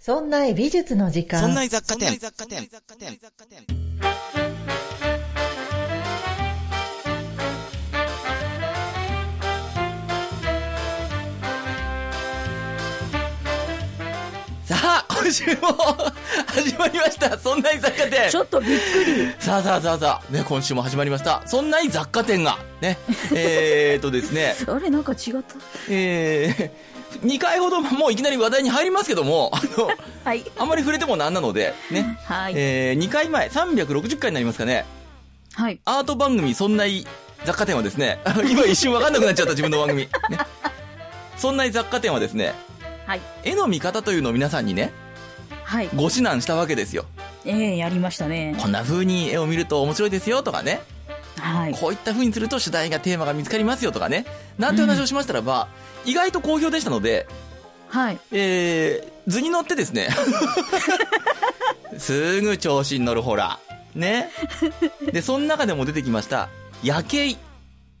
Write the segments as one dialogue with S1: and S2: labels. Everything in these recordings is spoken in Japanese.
S1: そんな美術の時間。
S2: そんな雑貨店。雑貨店。
S3: さあ、今週も始まりました。そんな雑貨店。
S4: ちょっとびっくり。
S3: さあさあさあさあ、ね、今週も始まりました。そんな雑貨店が、 ね、えーっとですね、
S4: あれなんか違った。
S3: えー、2回ほど、もういきなり話題に入りますけども、あの、
S4: はい。
S3: あまり触れてもなんなので、ね、
S4: はい。
S3: えー、2回前、360回になりますかね、
S4: はい。
S3: アート番組、そんない雑貨店はですね、 今一瞬わかんなくなっちゃった自分の番組。ね、そんない雑貨店はですね、
S4: はい。
S3: 絵の見方というのを皆さんにね、
S4: はい。
S3: ご指南したわけですよ。
S4: ええやりましたね。
S3: こんな風に絵を見ると面白いですよとかね、
S4: はい。
S3: こういった風にすると主題がテーマが見つかりますよとかね、なんて話をしましたらば、意外と好評でしたので、
S4: はい。
S3: えー、図に乗ってですね。 すぐ調子に乗るほら。ね。で、その中でも出てきました、夜景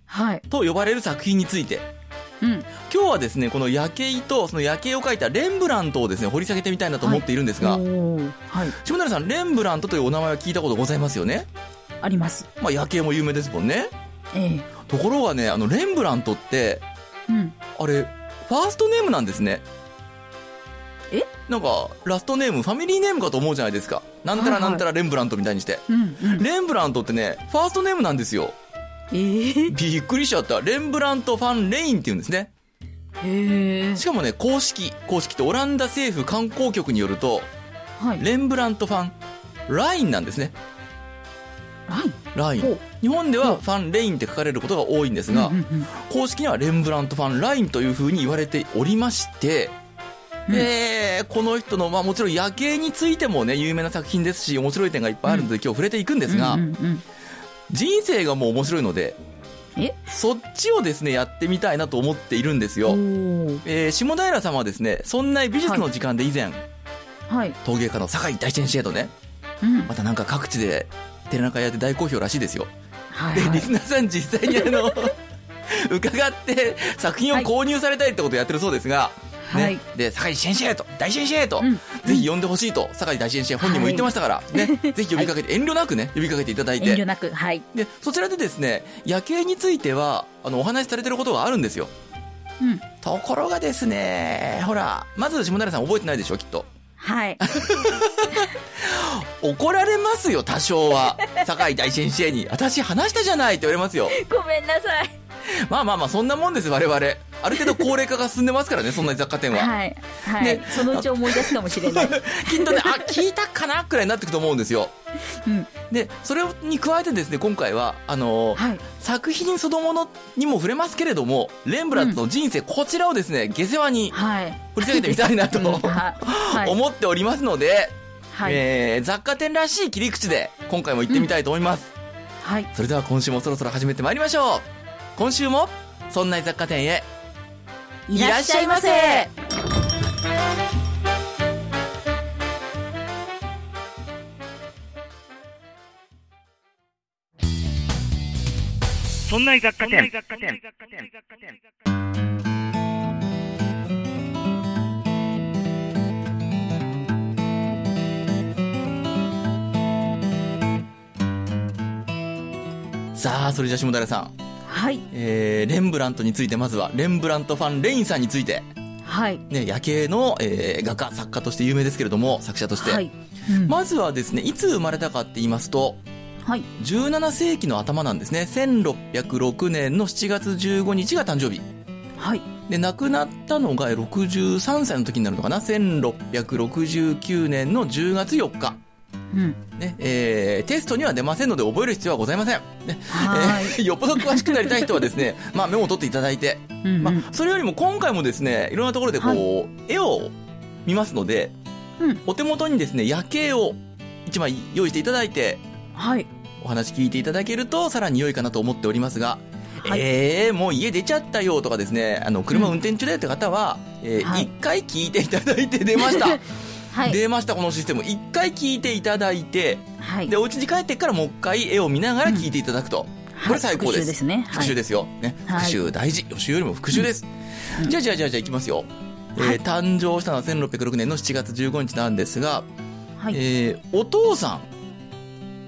S4: はい。
S3: と呼ばれる作品について。
S4: うん。
S3: 今日はですね、この夜景と、その夜景を描いたレンブラントをですね、掘り下げてみたいなと思っているんですが、
S4: おーはい。
S3: 下村さん、レンブラントというお名前は聞いたことございますよね。
S4: あります。
S3: まあ、夜景も有名ですもんね。
S4: ええ
S3: ところがね、あの、レンブラントって、
S4: うん。
S3: あれ、ファーストネームなんですね。
S4: え
S3: なんか、ラストネーム、ファミリーネームかと思うじゃないですか。なんたらなんたらレンブラントみたいにして。
S4: うん。うん。
S3: レンブラントってね、ファーストネームなんですよ。
S4: ええ
S3: びっくりしちゃった。レンブラントファンレインって言うんですね。
S4: ええ
S3: しかもね、公式、公式ってオランダ政府観光局によると、
S4: はい。
S3: レンブラントファンラインなんですね。
S4: はい。
S3: ライ
S4: ほ
S3: ン
S4: う。
S3: 日本ではファンレインって書かれることが多いんですが
S4: うん、うん
S3: 公式にはレンブラントファンラインというふうに言われておりまして、
S4: うん
S3: で、この人の、まあもちろん夜景についてもね、有名な作品ですし、面白い点がいっぱいあるので、今日触れていくんですが、
S4: うんうんうん
S3: 人生がもう面白いので、
S4: え
S3: そっちをですね、やってみたいなと思っているんです
S4: お
S3: よ。
S4: ー
S3: えー下平さんはですね、そんな美術の時間で以前、
S4: はい。
S3: 陶芸家の酒井大先生とね、
S4: うん。
S3: またなんか各地で、展覧会やって大好評らしいですよ。
S4: はい
S3: で、
S4: は
S3: リ
S4: い。
S3: スナーさん実際にあ の、伺って作品を購入されたいってことをやってるそうですが、
S4: はい
S3: ね、で、酒井先生と、大先生と、
S4: うん
S3: ぜひ呼んでほしいと、酒井大先生本人も言ってましたから、ね、ぜひ呼びかけて、遠慮なくね、呼びかけていただい
S4: 遠慮
S3: て、
S4: なく。はい。
S3: で、そちらでですね、夜景については、あの、お話しされてることがあるんですよ。
S4: うん。
S3: ところがですね、ほら、まず下平さん覚えてないでしょ、きっと。
S4: はい。
S3: 怒られますよ、多少は。酒井大先生に、私話したじゃないって言われますよ。
S4: ごめんなさい。
S3: まあまあまあ、そんなもんです、我々。ある程度高齢化が進んでます からね、そんな雑貨店は。
S4: はい。はい
S3: ね。
S4: そのうち思い出すかもしれない。
S3: きっとね、あ、聞いたかなくらいになってくと思うんですよ。
S4: うん。
S3: で、それに加えてですね、今回は、あのー
S4: はい。
S3: 作品そのものにも触れますけれども、レンブラントの人生、こちらをですね、下世話に
S4: はい。
S3: 掘り下げてみたいなと、
S4: うんはい。はい。
S3: 思っておりますので、
S4: はい。
S3: えー、雑貨店らしい切り口で、今回も行ってみたいと思います。
S4: はい。
S3: それでは今週もそろそろ始めてまいりましょう。今週も、そんな雑貨店へ、
S4: いらっしゃいませ
S2: そんな雑貨店。
S3: さあ、それじゃあ下平さん。
S4: はい。
S3: えーレンブラントについてまずはレンブラントファンレインさんについて、
S4: はい。
S3: ね、夜景の、えー画家作家として有名ですけれども作者として、
S4: はい。うん
S3: まずはですねいつ生まれたかって言いますと
S4: はい。
S3: 17世紀の頭なんですね1606年の7月15日が誕生日
S4: はい。
S3: で亡くなったのが63歳の時になるのかな1669年の10月4日
S4: うん。
S3: ねえーテストには出ませんので覚える必要はございません、ね
S4: は
S3: えー よっぽど詳しくなりたい人はですね、まあ、メモを取っていただいて
S4: ーい。うん
S3: ま
S4: う
S3: あ
S4: ん。、
S3: それよりも今回もですねいろんなところでこう、
S4: は
S3: 絵を見ますので、
S4: うん
S3: お手元にですね夜景を一枚用意していただいて
S4: はい。
S3: お話聞いていただけるとさらに良いかなと思っておりますが、
S4: はい
S3: ええー、もう家出ちゃったよとかですねあの車運転中だよって方は、えー
S4: はい
S3: 一回聞いていただいて出ました、
S4: はい。
S3: 出ましたこのシステム一回聞いていただいて
S4: はい
S3: で。お家に帰ってからもう一回絵を見ながら聞いていただくと、これ最高です
S4: 復習ですね。
S3: 復習
S4: で
S3: ですよ、ね、
S4: はい
S3: 復習大事予習よりも復習です、
S4: うん
S3: じゃあじゃあじゃあじゃあいきますよえー
S4: はい
S3: 誕生したのは1606年の7月15日なんですが、
S4: はい。
S3: えーお父さん、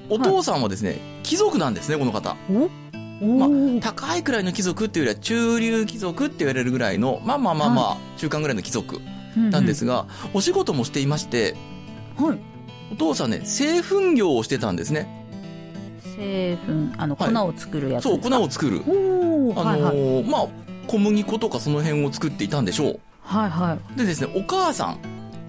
S3: お父さんはですね、貴族なんですね、この方。
S4: お
S3: まあ
S4: お、
S3: 高いくらいの貴族っていうよりは中流貴族って言われるぐらいの、まあまあまあまあ、中間ぐらいの貴族なんですが、お仕事もしていまして、
S4: うんうん。はい。
S3: お父さんね、製粉業をしてたんですね。
S4: 成分、あの、粉
S3: はい
S4: を作るやつ
S3: そ
S4: で
S3: う、
S4: す
S3: 粉
S4: か。
S3: を作る。
S4: おお、
S3: あ
S4: はい
S3: の
S4: はい。
S3: ーまあ、小麦粉とかその辺を作っていたんでしょ
S4: はいは
S3: う。でですね、お母さん。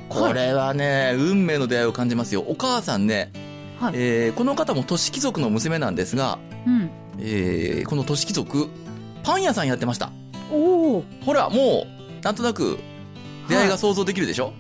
S3: これはね、運命の出会いを感じますよ。お母さんね、
S4: い。はい。
S3: えーこの方も都市貴族の娘なんですが、
S4: うん。
S3: えーこの都市貴族、パン屋さんやってました。
S4: おお。
S3: ほら、もう、なんとなく、出会いが想像できるでしょ、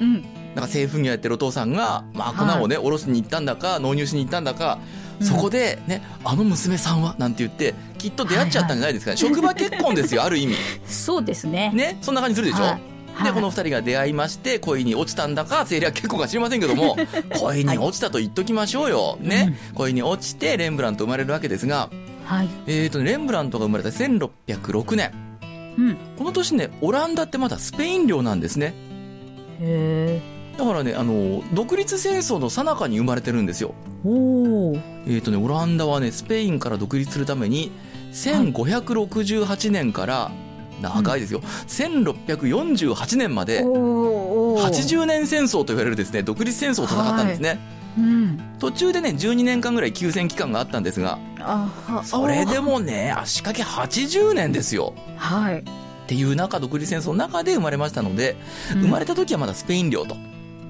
S4: うん。
S3: なんか製粉業やってるお父さんが、まあ、粉をね、おろしに行ったんだか、納入しに行ったんだか、
S4: うん
S3: そこで、ね、あの娘さんはなんて言って、きっと出会っちゃったんじゃないですかね。職場結婚ですよ、ある意味。
S4: そうですね。
S3: ね、そんな感じするでしょ、
S4: はいはい。
S3: で、この二人が出会いまして、恋に落ちたんだか、政略結婚か知りませんけど も、恋に落ちたと言っときましょうよ。ね。恋に落ちて、レンブラント生まれるわけですが、
S4: はい。
S3: えーとね、レンブラントが生まれた1606年。
S4: うん。
S3: この年ね、オランダってまだスペイン領なんですね。
S4: へえ。
S3: だからね、あの、独立戦争の最中に生まれてるんですよ。
S4: おお。
S3: えーとね、オランダはね、スペインから独立するために、1568年から、長いですよ、1648年まで、
S4: おお。。
S3: 80年戦争と言われるですね、独立戦争を戦ったんですね。
S4: うん。
S3: 途中でね、12年間ぐらい休戦期間があったんですが、
S4: あは。
S3: それ
S4: お
S3: でもね、足掛け80年ですよ。
S4: ー。はい。
S3: っていう中、独立戦争の中で生まれましたので、生まれた時はまだスペイン領と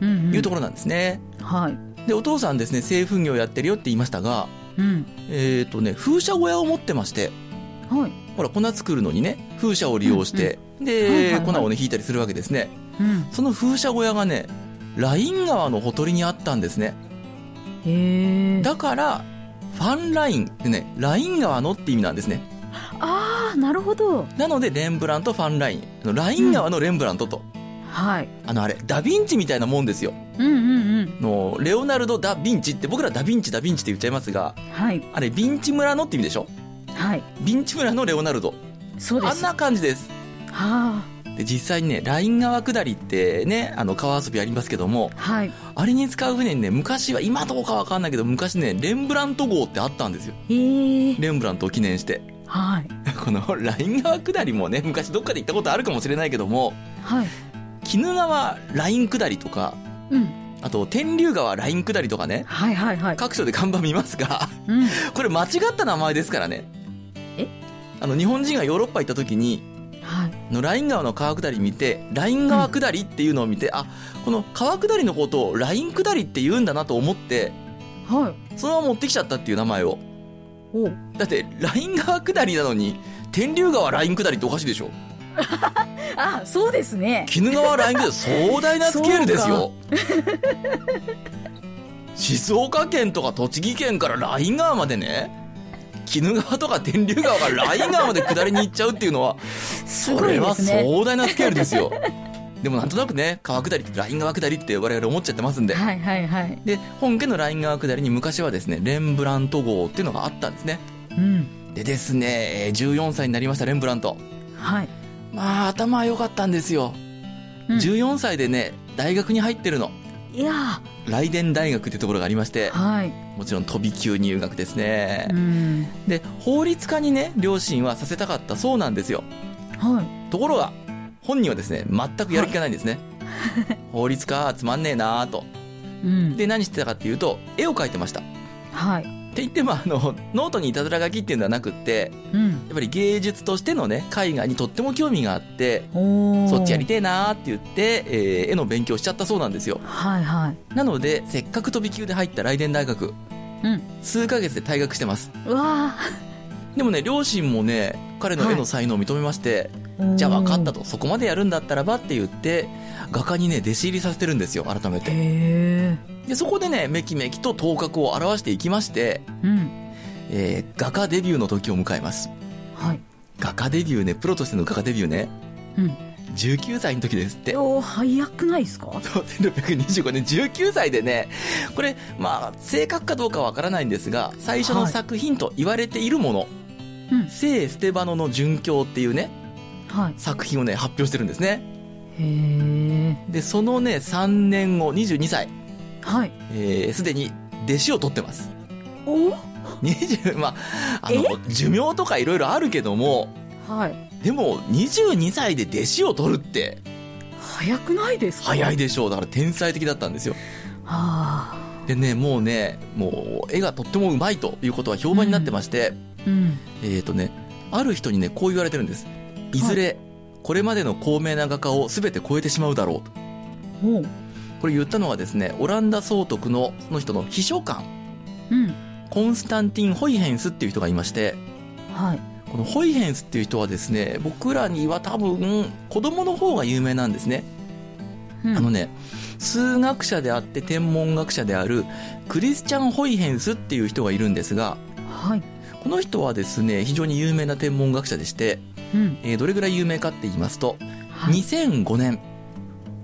S4: うん。
S3: いうと
S4: こ
S3: ころなんですね。
S4: ろ。はい。
S3: で、お父さんですね、製粉業やってるよって言いましたが、
S4: うん。
S3: えっ、とね、風車小屋を持ってまして、
S4: はい。
S3: ほら、粉作るのにね、風車を利用して、で、
S4: はいはいはい
S3: 粉をね、引いたりするわけですね。
S4: うん。
S3: その風車小屋がね、ライン川のほとりにあったんですね。
S4: へえ。
S3: だから、ファンラインってね、ライン川のって意味なんですね。
S4: ああ、なるほど。
S3: なので、レンブラントファンライン。あのライン川のレンブラントと。
S4: はい。
S3: あの、あれ、ダヴィンチみたいなもんですよ。
S4: うんうんうん。
S3: の、レオナルド・ダ・ヴィンチって、僕らダ・ヴィンチ、ダ・ヴィンチって言っちゃいますが、
S4: はい。
S3: あれ、ヴィンチ村のって意味でしょ
S4: はい。
S3: ヴィンチ村のレオナルド。
S4: そうで
S3: あん
S4: す。は
S3: な感じです。
S4: あ。
S3: で、実際にね、ライン川下りってね、あの、川遊びありますけども、
S4: はい。
S3: あれに使う船にね、昔は、今どうかわかんないけど、昔ね、レンブラント号ってあったんですよ。
S4: へえ。
S3: レンブラントを記念して。
S4: はい。
S3: この、ライン川下りもね、昔どっかで行ったことあるかもしれないけども、
S4: はい。
S3: 鬼怒川ライン下りとか、
S4: うん。
S3: あと、天竜川ライン下りとかね、
S4: はいはいはい。
S3: 各所で看板見ますが、
S4: うん。
S3: これ間違った名前ですからね。
S4: え
S3: あの、日本人がヨーロッパ行った時に、
S4: はい。
S3: あのライン川の川下り見て、ライン川下りっていうのを見て、あ、この川下りのことをライン下りって言うんだなと思って、
S4: はい。
S3: そのまま持ってきちゃったっていう名前を。
S4: お
S3: だって、ライン川下りなのに、天竜川ライン下りっておかしいでしょ
S4: あ、そうですね。
S3: 鬼怒川ライン下り壮大なスケールですよ。 静岡県とか栃木県からライン川までね、鬼怒川とか天竜川からライン川まで下りに行っちゃうっていうのは、
S4: す
S3: そ
S4: ご
S3: れ
S4: いで
S3: は
S4: すね。
S3: 壮大なスケールですよ。でもなんとなくね、川下りってライン川下りって我々思っちゃってますんで。
S4: はいはいはい。
S3: で、本家のライン川下りに昔はですね、レンブラント号っていうのがあったんですね。
S4: うん。
S3: でですね、えー14歳になりましたレンブラント。
S4: はい。
S3: まあ頭は良かったんですよ。
S4: うん
S3: 14歳でね、大学に入ってるの。
S4: いや
S3: ライデン大学っていうところがありまして
S4: ー、はい。
S3: もちろん飛び級入学ですね
S4: う。ん。
S3: で、法律家にね、両親はさせたかったそうなんですよ。
S4: は
S3: ところが、本人はですね、全くやる気がないんですね。法律家、つまんねえなぁと。
S4: い。うん。
S3: で、何してたかっていうと、絵を描いてました。って
S4: はい。
S3: 言っても、あの、ノートにいたずら書きっていうのはなくって、
S4: うん。
S3: やっぱり芸術としてのね、絵画にとっても興味があって、
S4: おお。
S3: そっちやり。てえなーって言って、えー絵の勉強しちゃったそうなんですよ。
S4: はいはい。
S3: なので、せっかく飛び級で入ったライデン大学、
S4: うん。
S3: 数ヶ月で退学してます。
S4: うわ
S3: でもね、両親もね、彼の絵の才能を認めまして、
S4: ー
S3: じゃあ分かった。と、そこまでやるんだったらばって言って、画家にね、弟子入りさせてるんですよ、改め
S4: へ
S3: て。
S4: え。
S3: で、そこでね、めきめきと頭角を表していきまして、
S4: うん。
S3: えー画家デビューの時を迎えます。
S4: はい。
S3: 画家デビューね、プロとしての画家デビューね、
S4: うん。
S3: 19歳の時ですって。
S4: おお、早くないですか
S3: そう1625年、19歳でね、これ、まあ、正確かどうかわからないんですが、最初の
S4: はい
S3: 作品と言われているもの、
S4: うん
S3: 聖ステバノの殉教っていうね、
S4: はい。
S3: 作品をね、発表してるんですね。
S4: へえ。
S3: でそのね3年後22歳
S4: はい。
S3: えーすで、に弟子を取ってます
S4: お
S3: 20まああの寿命とかいろいろあるけども
S4: はい。
S3: でも22歳で弟子を取るって
S4: 早くないですか
S3: 早い
S4: で。
S3: でしょうだから天才的だったんですよ
S4: あ
S3: でねもうねもう絵がとってもうまいということは評判になってまして、
S4: あ。うん。
S3: えっ、とねある人にねこう言われてるんですいずれこれまでの高名な画家を全て超えてしまうだろうと
S4: おう。
S3: これ言ったのはですねオランダ総督のその人の秘書官
S4: うん。
S3: コンスタンティン・ホイヘンスっていう人がいまして
S4: はい。
S3: このホイヘンスっていう人はですね僕らには多分子供の方が有名なんですね
S4: うん
S3: あのね、数学者であって天文学者であるクリスチャン・ホイヘンスっていう人がいるんですが、
S4: はい。
S3: この人はですね、非常に有名な天文学者でして、
S4: うん。
S3: えーどれぐらい有名かって言いますと、
S4: はい。
S3: 2005年、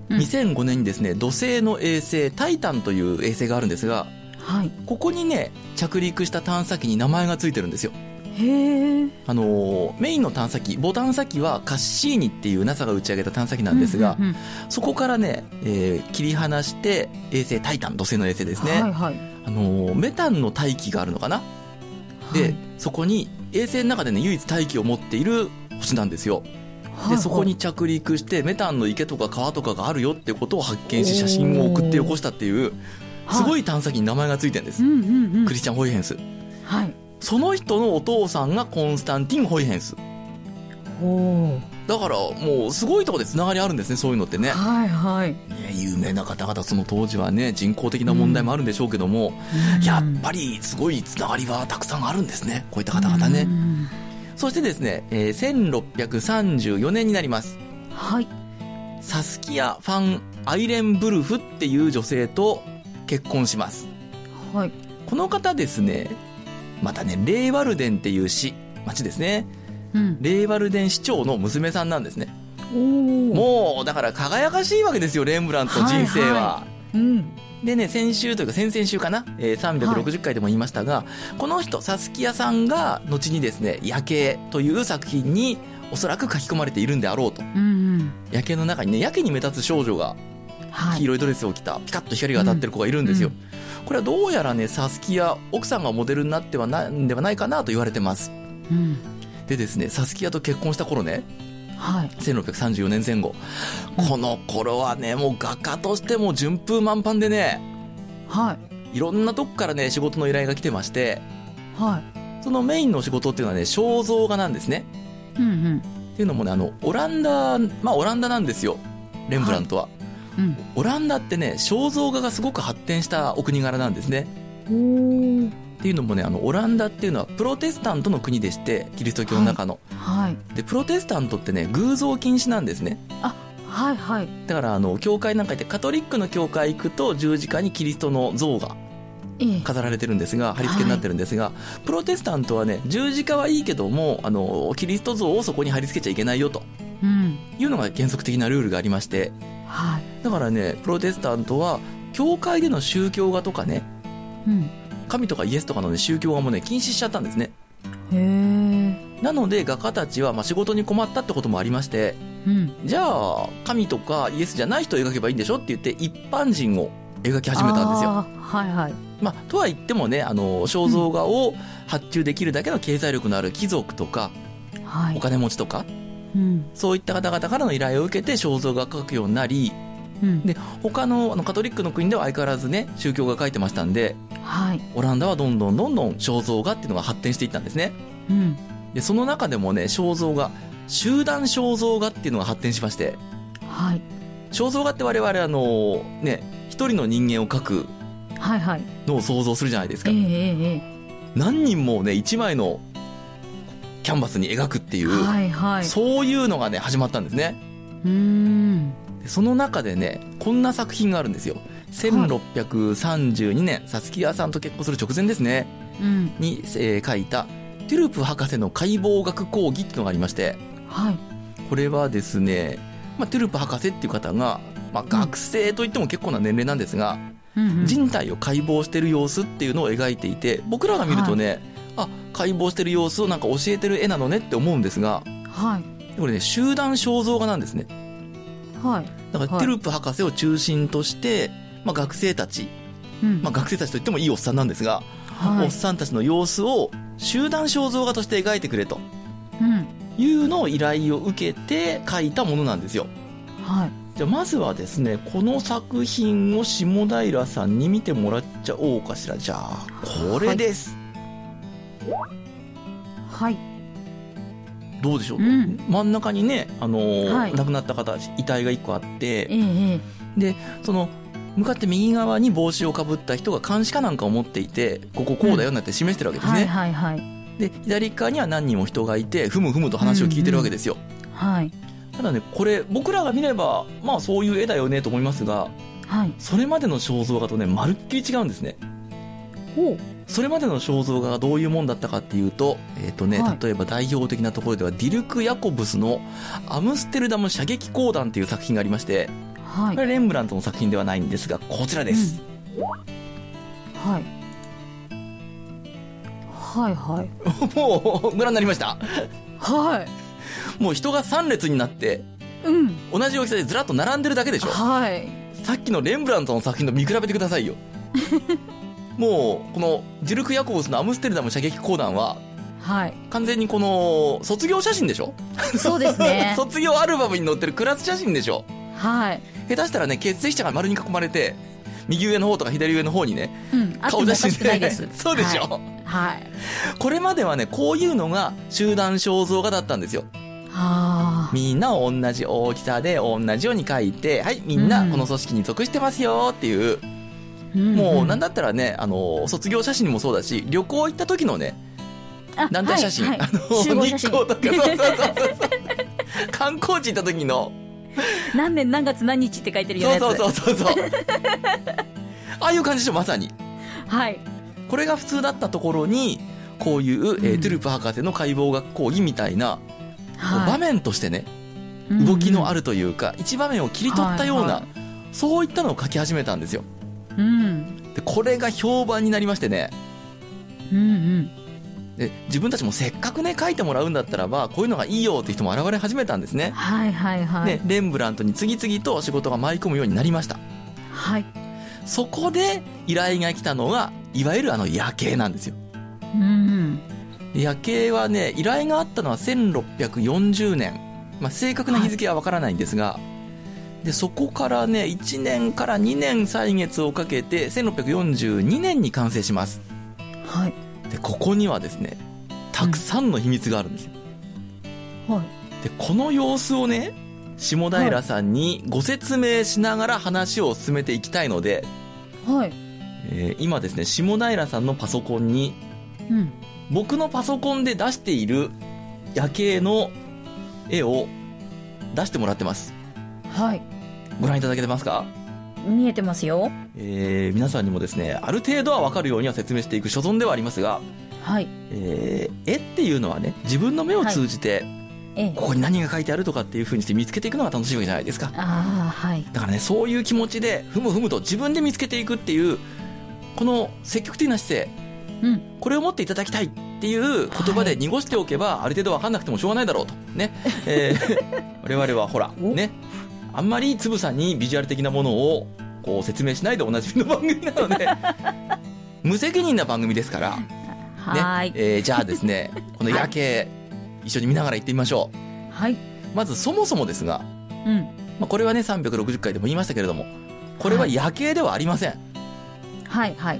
S4: うん
S3: 2005年にですね、土星の衛星タイタンという衛星があるんですが、
S4: はい。
S3: ここにね、着陸した探査機に名前がついてるんですよ。
S4: へえ。
S3: あのーメインの探査機、母探査機はカッシーニっていう NASA が打ち上げた探査機なんですが
S4: う、んうんうん
S3: そこからね、えー切り離して衛星タイタン、土星の衛星ですね。
S4: はいはい。
S3: あのーメタンの大気があるのかな、
S4: は
S3: で
S4: い、
S3: そこに衛星の中でね唯一大気を持っている星なんですよ
S4: はい
S3: でそこに着陸してメタンの池とか川とかがあるよってことを発見し写真を送ってよこしたっていうすご
S4: い。
S3: い探査機に名前がついてるんです、
S4: うんうんうん
S3: ク。リスチャン・ホイヘンス
S4: はい。
S3: その人のお父さんがコンスタンティン・ホイヘンス
S4: おお。
S3: だからもうすごいとこでつながりあるんですねそういうのってね
S4: はいはい。
S3: ね有名な方々その当時はね人工的な問題もあるんでしょうけども、やっぱりすごいつながりはたくさんあるんですねこういった
S4: り
S3: 方々ね、そしてですね、えー1634年になります。
S4: はい。
S3: サスキア・ファン・アイレンブルフっていう女性と結婚します。
S4: はい。
S3: この方ですね、またね、レーワルデンっていう市、町ですね。
S4: うん。
S3: レーワルデン市長の娘さんなんですね。
S4: おお。
S3: もう、だから輝かしいわけですよ、レンブラントの人生は。
S4: はうん。
S3: でね、先週というか先々週かな、えー360回でも言いましたが、この人、サスキアさんが、後にですね、夜景という作品に、おそらく書き込まれているんであろうと。
S4: うんうん。
S3: 夜景の中にね、やけに目立つ少女が、
S4: はい。
S3: 黄色いドレスを着た、ピカッと光が当たってる子がいるんですよ。
S4: うん
S3: これはどうやらね、サスキア、奥さんがモデルになってはないんではないかなと言われてます。
S4: うん。
S3: でですね、サスキアと結婚した頃ね、
S4: はい。
S3: 1634年前後。この頃はね、もう画家としても順風満帆でね、
S4: はい。
S3: いろんなとこからね、仕事の依頼が来てまして、
S4: は
S3: そのメインの仕事っていうのはね、肖像画なんですね。
S4: い。うんうん。
S3: っていうのもね、あの、オランダ、まあオランダなんですよ、レンブラントは。
S4: うん。
S3: オランダってね、肖像画がすごく発展したお国柄なんですね。
S4: おお。
S3: っていうのもね、あの、オランダっていうのはプロテスタントの国でして、キリスト教の中の。
S4: はい。
S3: で、プロテスタントってね、偶像禁止なんですね。
S4: はいはい。
S3: だから、あの、教会なんか行って、カトリックの教会行くと十字架にキリストの像が
S4: ええ。
S3: 飾られてるんですが、貼り付けになってるんですが、プロテスタントはね、十字架はいいけども、あの、キリスト像をそこに貼り付けちゃいけないよと
S4: うん。
S3: いうのが原則的なルールがありまして、
S4: はい。
S3: だからね、プロテスタントは、教会での宗教画とかね、
S4: うん。
S3: 神とかイエスとかの、ね、宗教画もね、禁止しちゃったんですね。
S4: へえ。
S3: なので、画家たちは、まあ、仕事に困ったってこともありまして、
S4: うん。
S3: じゃあ、神とかイエスじゃない人を描けばいいんでしょって言って、一般人を描き始めたんですよ。
S4: あーはいはい。
S3: まあ、とは言ってもね、あの、肖像画を発注できるだけの経済力のある貴族とか、
S4: は
S3: お
S4: い。
S3: 金持ちとか、
S4: うん。
S3: そういった方々からの依頼を受けて肖像画を描くようになり、
S4: うん。
S3: で、他のあのカトリックの国では相変わらずね、宗教画描いてましたんで、
S4: はい。
S3: オランダはどんどんどんどん肖像画っていうのが発展していったんですね。
S4: うん。
S3: で、その中でもね、肖像画、集団肖像画っていうのが発展しまして、
S4: はい。
S3: 肖像画って我々あの、ね、一人の人間を描く
S4: はいはい。
S3: のを想像するじゃないです
S4: え
S3: か
S4: え。え
S3: 何人もね、一枚のキャンバスに描くってい
S4: え。
S3: う、
S4: はいはい。
S3: そういうのがね、始まったんですね。
S4: うーん。
S3: でその中でね、こんな作品があるんですよ。1632年、サツキアさんと結婚する直前ですね、
S4: うん。
S3: に、えー書いた、トゥループ博士の解剖学講義っていうのがありまして、
S4: はい。
S3: これはですね、まあ、トゥループ博士っていう方が、まあ、学生といっても結構な年齢なんですが、
S4: うんうん。
S3: 人体を解剖してる様子っていうのを描いていて僕らが見るとね、あ解剖してる様子をなんか教えてる絵なのねって思うんですが
S4: はい。
S3: これね集団肖像画なんですね
S4: はい。
S3: だから、
S4: はい
S3: テルプ博士を中心として、まあ、学生たち、
S4: うん
S3: まあ、学生たちといってもいいおっさんなんですが、
S4: は
S3: おっ
S4: い。
S3: さんたちの様子を集団肖像画として描いてくれと
S4: うん。
S3: いうのを依頼を受けて描いたものなんですよ。
S4: はい。
S3: じゃあまずはですね、この作品を下平さんに見てもらっちゃおうかしら。じゃあ、これです。
S4: はい。
S3: どうでしょう、
S4: うん
S3: 真ん中にね、あのー
S4: はい
S3: 亡くなった方、遺体が1個あって、
S4: ええええ。
S3: その、向かって右側に帽子をかぶった人が監視かなんかを持っていて、こここうだよなんて示してるわけです
S4: はい
S3: ね。
S4: はいはい。
S3: で、左側には何人も人がいて、ふむふむと話を聞いてるわけですよ。
S4: はい。
S3: ただね、これ、僕らが見れば、まあそういう絵だよねと思いますが、
S4: はい。
S3: それまでの肖像画とね、まるっきり違うんですね。
S4: お
S3: それまでの肖像画がどういうもんだったかっていうと、えっ、とね、
S4: はい
S3: 例えば代表的なところでは、ディルク・ヤコブスのアムステルダム射撃講談っていう作品がありまして、
S4: は
S3: こ
S4: い。
S3: れレンブラントの作品ではないんですが、こちらです。
S4: はい。はいはい。
S3: もう、ご覧になりました。
S4: は
S3: もう人が3列になって、
S4: い。うん。
S3: 同じ大きさでずらっと並んでるだけでしょ。
S4: はい。
S3: さっきのレンブラントの作品と見比べてくださ いよ。もう、このディルク・ヤコブスのアムステルダム射撃講談は、
S4: はい。
S3: 完全にこの、卒業写真でしょ
S4: そうです ね
S3: 卒業アルバムに載ってるクラス写真でしょ
S4: はい。
S3: 下手したらね血液者が丸に囲まれて右上の方とか左上の方にね
S4: うん。あって
S3: 顔
S4: もおか
S3: 出し。
S4: してくないです
S3: そうでしょ、
S4: はい。はい。
S3: これまではねこういうのが集団肖像画だったんですよ
S4: あ
S3: みんな同じ大きさで同じように描いてはいみんな
S4: うん
S3: この組織に属してますよっていう、
S4: ー。
S3: もうなんだ
S4: だ
S3: ったらねあの卒業写真もそうだし旅行行った時のね団体写真、
S4: はい。
S3: あの
S4: 集合
S3: 日
S4: 写真
S3: 光とかそうそうそうそう観光地行った時の
S4: 何年何月何日って書いてるよう
S3: そ
S4: な
S3: う
S4: やつ。
S3: そうそうそうそう ああいう感じでしょまさに
S4: はい。
S3: これが普通だったところにこういう、えー
S4: うん
S3: トゥループ博士の解剖学講義みたいな、場
S4: は
S3: 面としてね
S4: い。
S3: 動きのあ
S4: る。
S3: るというか、一場面を切り取ったような、
S4: はいは
S3: そういったのを書き始めたんですよ
S4: うん。
S3: でこれが評判になりましてね
S4: うんうん。
S3: で自分たちもせっかくね書いてもらうんだったらばこういうのがいいよって人も現れ始めたんですね、
S4: はいはいはい。
S3: でレンブラントに次々と仕事が舞い込むようになりました
S4: はい。
S3: そこで依頼が来たのがいわゆるあの夜景なんですよ
S4: うん。
S3: 夜景はね依頼があったのは1640年、まあ、正確な日付はわからないんですが、でそこからね1年から2年歳月をかけて1642年に完成します
S4: はい。
S3: でここにはですねたくさんの秘密があるんですよ
S4: はい。
S3: でこの様子をね下平さんにご説明しながら話を進めていきたいので、
S4: はい。
S3: えー今ですね下平さんのパソコンに
S4: うん。
S3: 僕のパソコンで出している夜景の絵を出してもらってます。
S4: はい。
S3: ご覧いただけてますか
S4: 見えてますよ。
S3: えー、皆さんにもですね、ある程度はわかるようには説明していく所存ではありますが、
S4: はい。
S3: えー、絵っていうのはね、自分の目を通じて、
S4: ええ。
S3: ここに何が書いてあるとかっていう風にして見つけていくのが楽しいわけじゃないですか。
S4: ああ、はい。
S3: だからね、そういう気持ちで、ふむふむと自分で見つけていくっていう、この積極的な姿勢、
S4: うん。
S3: これを持っていただきたいっていう言葉で濁しておけば、ある程度分かんなくてもしょうがないだろうと。ね。えー 我々はほら、
S4: お
S3: ね。あんまりつぶさにビジュアル的なものをこう説明しないでおなじみの番組なの で、無責任な番組ですから、ね。
S4: はーい。
S3: えーじゃあですね、この夜景、一緒に見ながら行ってみましょう。
S4: はい。
S3: まずそもそもですが、
S4: うん。
S3: まあ、これはね、360回でも言いましたけれども、これは夜景ではありません。
S4: はいはい。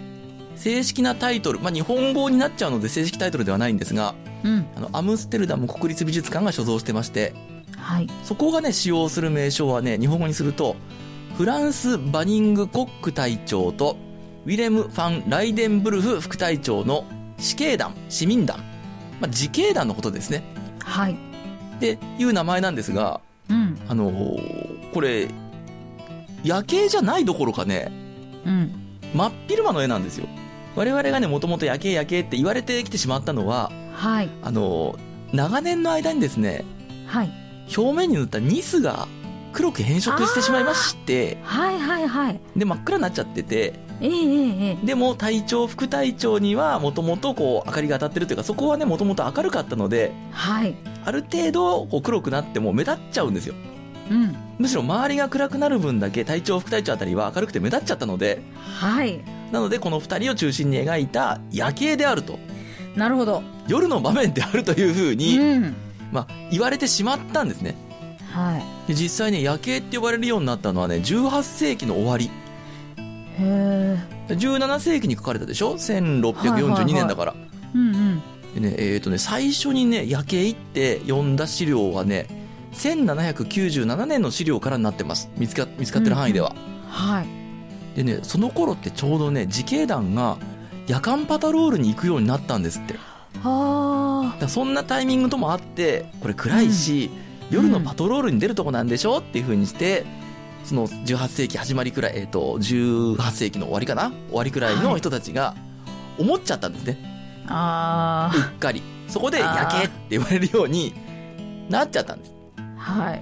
S3: 正式なタイトル、まあ、日本語になっちゃうので正式タイトルではないんですが、
S4: うん。
S3: あの、アムステルダム国立美術館が所蔵してまして、
S4: はい。
S3: そこがね、使用する名称はね、日本語にすると、フランス・バニング・コック隊長と、ウィレム・ファン・ライデンブルフ副隊長の死刑団、市民団、まあ、自警団のことですね。
S4: はい。
S3: っていう名前なんですが、
S4: うん。
S3: あのーこれ、夜景じゃないどころかね、
S4: うん。
S3: 真っ昼間の絵なんですよ。我々がね、もともと夜景夜景って言われてきてしまったのは、
S4: はい。
S3: あのー長年の間にですね、
S4: はい。
S3: 表面に塗ったニスが黒く変色してしまいまして、
S4: はいはいはい。
S3: で、真っ暗になっちゃってて、
S4: ええええ
S3: でも隊長、副隊長にはもともとこう明かりが当たってるというか、そこはね、もともと明るかったので、
S4: はい。
S3: ある程度こう黒くなっても目立っちゃうんですよ。
S4: うん。
S3: むしろ周りが暗くなる分だけ隊長副隊長あたりは明るくて目立っちゃったので
S4: はい。
S3: なのでこの2人を中心に描いた夜景であると
S4: なるほど。
S3: 夜の場面であるというふうに、
S4: うん。
S3: まあ、言われてしまったんですね
S4: は
S3: で実際ね夜景って呼ばれるようになったのはね18世紀の終わり
S4: い。へえ。
S3: 17世紀に書かれたでしょ
S4: はい
S3: 1642
S4: はい
S3: 年だから、
S4: うんうん。
S3: でねえーとね最初にね夜景って呼んだ資料はね1797年の資料からになってます見つか見つかってる範囲では、
S4: はい。
S3: でねその頃ってちょうどね自警団が夜間パトロールに行くようになったんですってだか
S4: あ
S3: らそんなタイミングともあってこれ暗いし、夜のパトロールに出るとこなんでしょっていう風にしてその18世紀始まりくらいえっ、と18世紀の終わりかな終わりくらいの人たちが思っちゃったんですね、
S4: あ。あ
S3: うっかりそこで「夜景」って言われるようになっちゃったんです
S4: あ。はい。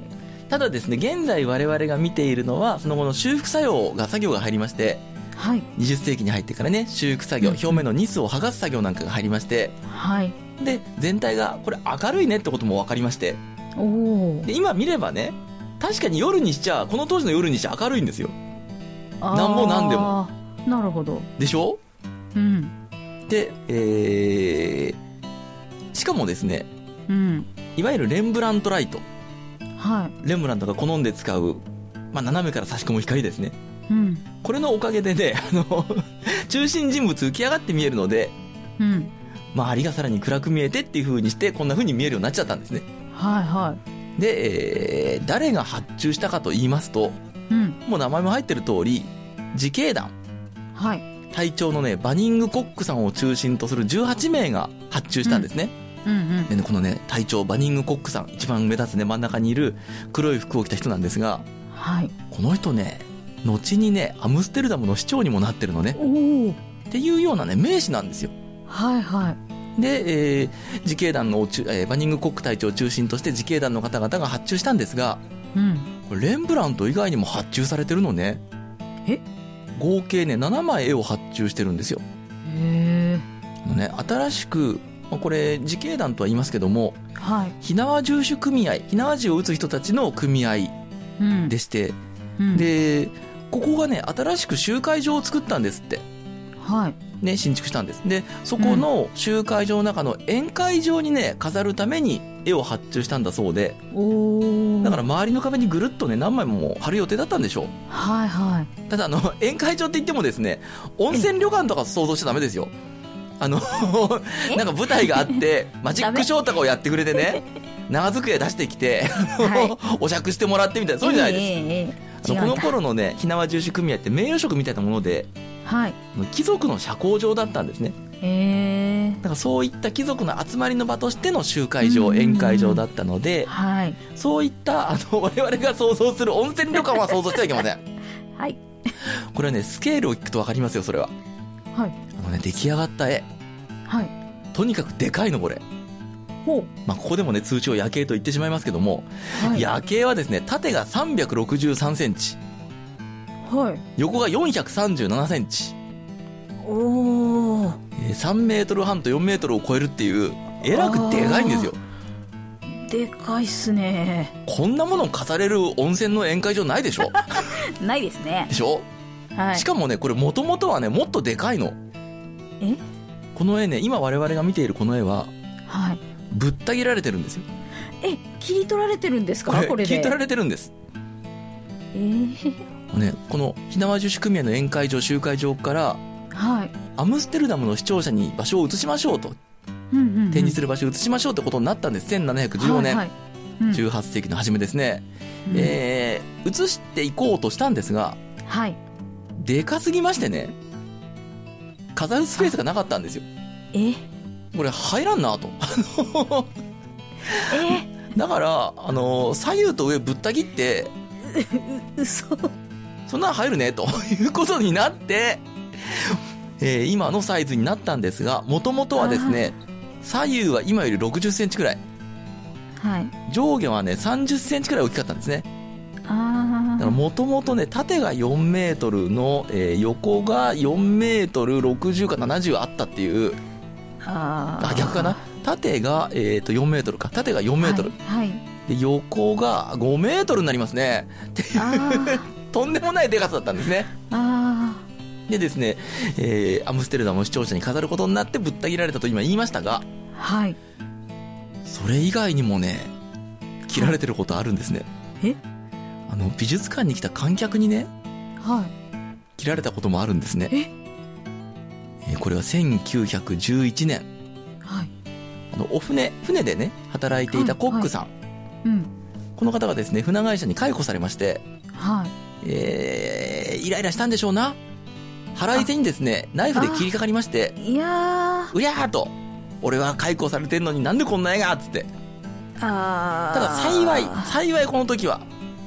S3: ただですね現在我々が見ているのはその後の修復作業が作業が入りまして
S4: はい。
S3: 20世紀に入ってからね修復作業
S4: うん
S3: 表面のニスを剥がす作業なんかが入りまして
S4: はい。
S3: で全体がこれ明るいねってことも分かりまして
S4: おお。
S3: で今見ればね確かに夜にしちゃこの当時の夜にしちゃ明るいんですよなんぼなんで
S4: も。なるほど。
S3: でしょ
S4: うん。
S3: でえー、しかもですね
S4: うん。
S3: いわゆるレンブラントライト
S4: は
S3: レンブラントが好んで使う、まあ、斜めから差し込む光ですね
S4: い。うん。
S3: これのおかげでね あの中心人物浮き上がって見えるので
S4: うん。
S3: 周りがさらに暗く見えてっていう風にしてこんな風に見えるようになっちゃったんですね
S4: はいは
S3: で、えー誰が発注したかと言いますと
S4: い。うん。
S3: もう名前も入ってる通り自警団
S4: はい。
S3: 隊長のねバニングコックさんを中心とする18名が発注したんですね、
S4: うん
S3: でねこのね隊長バニングコックさん一番目立つね真ん中にいる黒い服を着た人なんですが
S4: うん。はい。
S3: この人ね後にねアムステルダムの市長にもなってるのね
S4: おお。
S3: っていうようなね名士なんですよ
S4: はいはい。
S3: で、えー自警団のお中、えーバニングコック隊長を中心として自警団の方々が発注したんですが
S4: うん。
S3: これレンブラント以外にも発注されてるのね
S4: え
S3: 合計ね7枚絵を発注してるんですよ
S4: へ
S3: あのね新しくまあこれ自警団とは言いますけども
S4: え。はい。
S3: 火縄銃手組合火縄銃を撃つ人たちの組合
S4: うん。
S3: でして、
S4: うん、
S3: でここがね新しく集会場を作ったんですって
S4: はい。
S3: ね、新築したんです。で、そこの集会場の中の宴会場にね、飾るために絵を発注したんだそうで、
S4: おお。
S3: だから周りの壁にぐるっとね、何枚も貼る予定だったんでしょう。
S4: はいはい。
S3: ただ、あの、 宴会場って言ってもですね、温泉旅館とか想像しちゃダメですよ。あの、なんか舞台があ って、マジックショーとかをやってくれてね、長机出してきて、
S4: は
S3: お酌してもらってみたいな、 そうじゃないです。
S4: です
S3: あのこの頃のね、火縄重視組合って名誉職みたいなもので、
S4: はい。
S3: あの貴族の社交場だったんですね。
S4: え
S3: なんかそういった貴族の集まりの場としての集会場、
S4: うんうんうん
S3: 宴会場だったので
S4: ー、はい。
S3: そういった、あの、我々が想像する温泉旅館は想像してはいけません。
S4: はい。
S3: これはね、スケールを聞くとわかりますよ、それは。
S4: はい。
S3: あのね、出来上がった絵。
S4: はい。
S3: とにかくでかいの、これ。
S4: ほう。
S3: まあ、ここでもね、通称夜景と言ってしまいますけども、
S4: はい。
S3: 夜景はですね、縦が363センチ、
S4: はい。
S3: 横が437センチ、
S4: おお。
S3: えー3メートル半と4メートルを超えるっていう、えらくでかいんですよ。
S4: でかいっすね。
S3: こんなものを飾れる温泉の宴会場ないでしょ
S4: ないですね
S3: で。しょ
S4: はい
S3: し。かもね、これもともとはね、もっとでかいの。
S4: え
S3: この絵ね、今我々が見ているこの絵は、
S4: はい。
S3: ぶった切られてるんですよ。
S4: え、切り取られてるんです
S3: こ
S4: か
S3: れ、
S4: これで。
S3: 切り取られてるんです。
S4: えー
S3: ね、この、ひなわ樹組合の宴会場、集会場から、
S4: はい。
S3: アムステルダムの視聴者に場所を移しましょうと、
S4: うんうんうん。
S3: 展示する場所を移しましょうってことになったんです。1714
S4: はいは
S3: 年、
S4: い。うん
S3: 18世紀の初めですね。
S4: うん
S3: えー、移していこうとしたんですが、
S4: はい。
S3: でかすぎましてね、飾るスペースがなかったんですよ。
S4: え、え
S3: これ入らんなと。
S4: ー、
S3: だから、あのー左右と上ぶった切って、
S4: 嘘。
S3: そんなん入るね、ということになって、えー今のサイズになったんですが、もともとはですね、左右は今より60センチくらい、
S4: はい。
S3: 上下はね、30センチくらい大きかったんですね。
S4: あ
S3: だから
S4: あ。
S3: もともとね、縦が4メートルの、えー横が4メートル60か70あったっていう、
S4: あ
S3: あ
S4: ー、
S3: 逆かな縦が、えー、と4メートルか。縦が4メートル。
S4: はい。はい
S3: で横が5メートルになりますね
S4: あー
S3: とんでもないデカさだったんですね
S4: あ
S3: でですね、えーアムステルダムを視聴者に飾ることになってぶった切られたと今言いましたが
S4: ーはい
S3: それ以外にもね切られてることあるんですね
S4: え
S3: あの美術館に来た観客にね
S4: は
S3: 切られたこともあるんですね
S4: え
S3: えーこれは1911年
S4: いはい
S3: あのお船船でね働いていたコックさん、
S4: うん
S3: この方がですね船会社に解雇されまして
S4: はい
S3: えー、イライラしたんでしょうな腹いせにですねナイフで切りかかりまして
S4: いや
S3: うやーと俺は解雇されてんのになんでこんな絵がっつって
S4: ーあー
S3: ただ幸い幸いこの時は、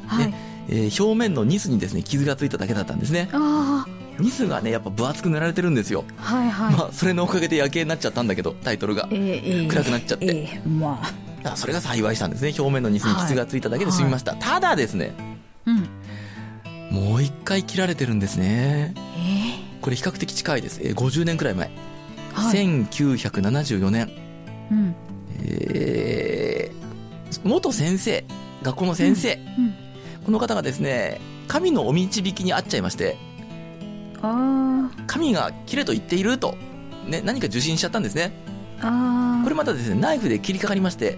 S4: はい
S3: えー表面のニスにですね傷がついただけだったんですね
S4: あ
S3: ニスがねやっぱ分厚く塗られてるんですよ、
S4: あはいはい、
S3: まあそれのおかげで夜景になっちゃったんだけどタイトルが
S4: えーえー
S3: 暗くなっちゃって
S4: えーまあ
S3: だからそれが幸いしたんですね表面のニスに傷がついただけで済みました、ただですね
S4: うん
S3: もう一回切られてるんですね
S4: えー
S3: これ比較的近いです、えー50年くらい前、
S4: はい
S3: 1974年
S4: うん
S3: えー元先生、学校の先生、
S4: うん
S3: この方がですね、神のお導きにあっちゃいまして、
S4: あ
S3: 神が切れと言っていると、ね、何か受信しちゃったんですね。
S4: あああ
S3: これまたですね、ナイフで切りかかりまして、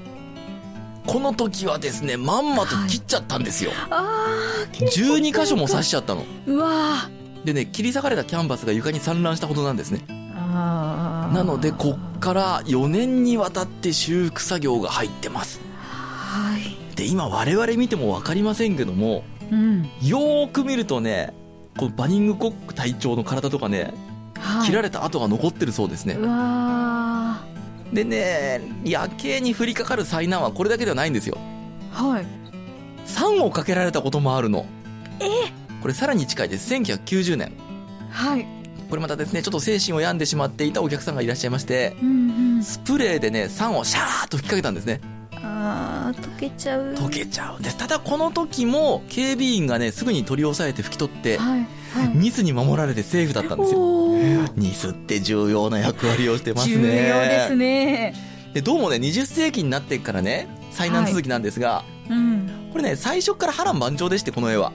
S3: この時はですね、まんまと切っちゃったんですよ。
S4: あ
S3: 12箇所も刺しちゃったの。
S4: ーうわ
S3: でね、切り裂かれたキャンバスが床に散乱したほどなんですね。
S4: ーあー
S3: なので、こっから4年にわたって修復作業が入ってます。
S4: はい
S3: で、今我々見てもわかりませんけども、
S4: うん
S3: よーく見るとねこのバニングコック隊長の体とかね、
S4: はい
S3: 切られた跡が残ってるそうですね
S4: うわ
S3: でね夜景に降りかかる災難はこれだけではないんですよ
S4: ーはい
S3: 酸をかけられたこともあるのこれさらに近いです1990年
S4: はい
S3: これまたですねちょっと精神を病んでしまっていたお客さんがいらっしゃいまして
S4: うんうん
S3: スプレーでね酸をシャーッと吹きかけたんですね
S4: あー溶けちゃう
S3: 溶けちゃうんですただこの時も警備員がねすぐに取り押さえて拭き取って
S4: はいはい
S3: ニスに守られてセーフだったんですよ
S4: おー
S3: ニスって重要な役割をしてますね。
S4: 重要ですね
S3: でどうもね、20世紀になってからね、災難続きなんですが、
S4: うん
S3: これね、最初から波乱万丈でして、この絵は。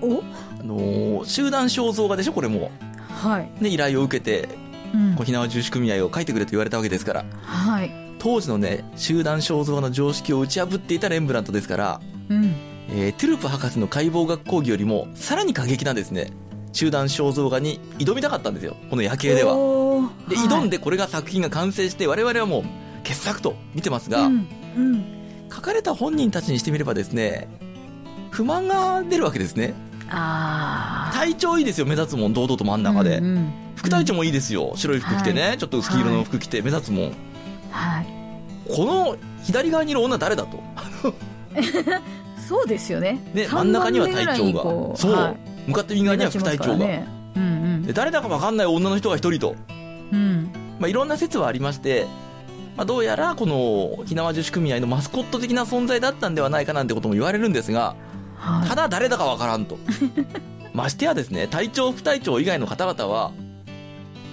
S4: お
S3: あのー集団肖像画でしょ、これも
S4: はい、
S3: う。ね、依頼を受けて、
S4: うん
S3: こう、火縄重視組合を書いてくれと言われたわけですから、
S4: はい
S3: 当時のね、集団肖像画の常識を打ち破っていたレンブラントですから、
S4: うん
S3: えートゥループ博士の解剖学講義よりも、さらに過激なんですね。集団肖像画に挑みたかったんですよ、この夜景では。
S4: おー
S3: で、
S4: はい
S3: 挑んでこれが作品が完成して、我々はもう傑作と見てますが、
S4: うんうん
S3: 書かれた本人たちにしてみればですね、不満が出るわけですね。
S4: あ
S3: 体調いいですよ、目立つもん、堂々と真ん
S4: あ
S3: 中で。
S4: うんうん
S3: 副隊長もいいですよ、白い服着てね、
S4: は
S3: ちょっと薄黄色の服着て、目立つもん。
S4: はい
S3: この左側にいる女誰だと。
S4: そうですよね
S3: ね、真
S4: 三
S3: ん中には
S4: 番目ぐ
S3: 隊
S4: らい
S3: 長
S4: こ
S3: が。そう、
S4: はい
S3: 向かって右側には副隊長が。
S4: 目立ちますからねうん
S3: で誰だかわかんない女の人が一人と。
S4: うん
S3: まあ、いろんな説はありまして、まあ、どうやらこの、ひなわ女子組合のマスコット的な存在だったんではないかなんてことも言われるんですが、
S4: うんはい
S3: ただ誰だかわからん と。ましてやですね、隊長、副隊長以外の方々は、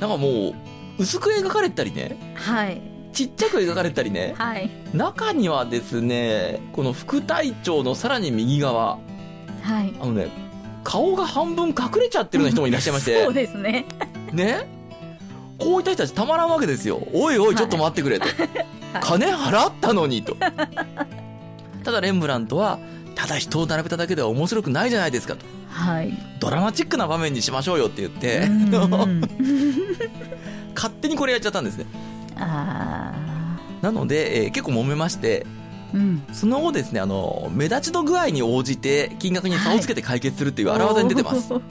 S3: なんかもう、薄く描かれたりね、
S4: はい
S3: ちっちゃく描かれたりね、
S4: はい
S3: 中にはですね、この副隊長のさらに右側、
S4: はい
S3: あのね、顔が半分隠れちゃってるような人もいらっしゃいまして
S4: そう、ですね
S3: ね、こういった人たちたまらんわけですよ。おいお、
S4: はいい
S3: ちょっと待ってくれと。金払ったのにと。 ただレンブラントは、ただ人を並べただけでは面白くないじゃないですかと。
S4: はい
S3: ドラマチックな場面にしましょうよって言って、
S4: うん
S3: 勝手にこれやっちゃったんですね。
S4: あ
S3: なので、えー結構揉めまして、
S4: ーうん
S3: その後ですね、あの、目立ち度具合に応じて金額に差をつけて解決するっていう荒技に出てます。
S4: おー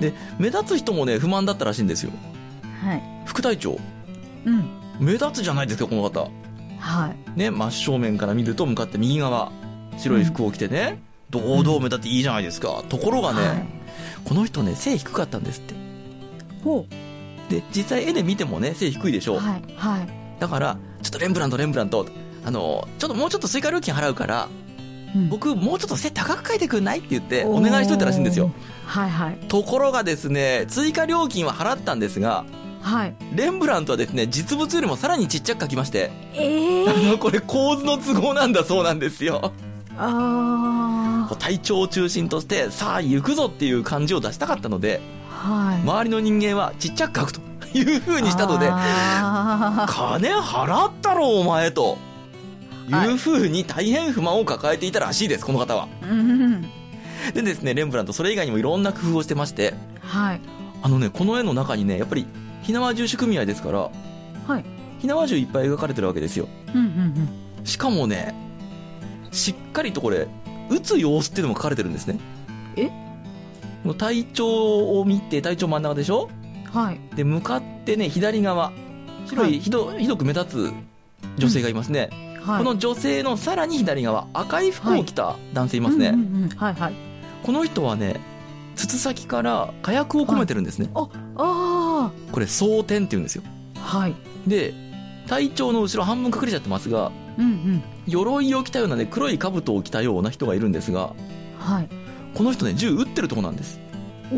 S3: で、目立つ人もね、不満だったらしいんですよ。
S4: はい
S3: 副隊長、
S4: うん
S3: 目立つじゃないですか、この方。
S4: はい
S3: ね、真正面から見ると向かって右側、白い服を着てね、堂々目立っていいじゃないですか。ところがね、
S4: はい
S3: この人ね、背低かったんですって。
S4: ほ
S3: で、実際絵で見てもね、背低いでしょ
S4: う
S3: う。
S4: はいはい
S3: だから、ちょっとレンブラント、レンブラント、あの、ちょっともうちょっと追加料金払うから、
S4: うん
S3: 僕もうちょっと背高く書いてくんないって言って、お願いしといたらしいんですよ。
S4: おーはいはい
S3: ところがですね、追加料金は払ったんですが、
S4: はい。
S3: レンブラントはですね、実物よりもさらにちっちゃく描きまして、
S4: ええ
S3: あの、これ構図の都合なんだそうなんですよ。
S4: あ
S3: こう体調を中心として、さあ行くぞっていう感じを出したかったので、
S4: あ。はい。
S3: 周りの人間はちっちゃく描くという風にしたので、
S4: あ
S3: 金払ったろお前と。いう風に大変不満を抱えていたらしいです、この方は。
S4: ーうん。
S3: でですね、レンブラントそれ以外にもいろんな工夫をしてまして、
S4: はい。
S3: あのね、この絵の中にね、やっぱり、ひなわ銃主組合ですから、
S4: はい。
S3: ひなわ銃いっぱい描かれてるわけですよ。
S4: うんうん
S3: しかもね、しっかりとこれ、打つ様子っていうのも書かれてるんですね。
S4: え
S3: この体調を見て、体調真ん中でしょ
S4: うん。はい。
S3: で、向かってね、左側、白
S4: はい
S3: い、ひど、ひどく目立つ女性がいますね。
S4: はい。
S3: この女性のさらに左側、赤い服を着た男性いますね。
S4: うんうんうんはいはい。
S3: この人はね、筒先から火薬を込めてるんですね。
S4: あ
S3: これ、装填って言うんですよ。
S4: あ。はい。
S3: で、体調の後ろ半分隠れちゃってますが、
S4: うん
S3: 鎧を着たようなね、黒い兜を着たような人がいるんですが、
S4: うん。はい。
S3: この人ね、銃撃ってるとこなんです。
S4: お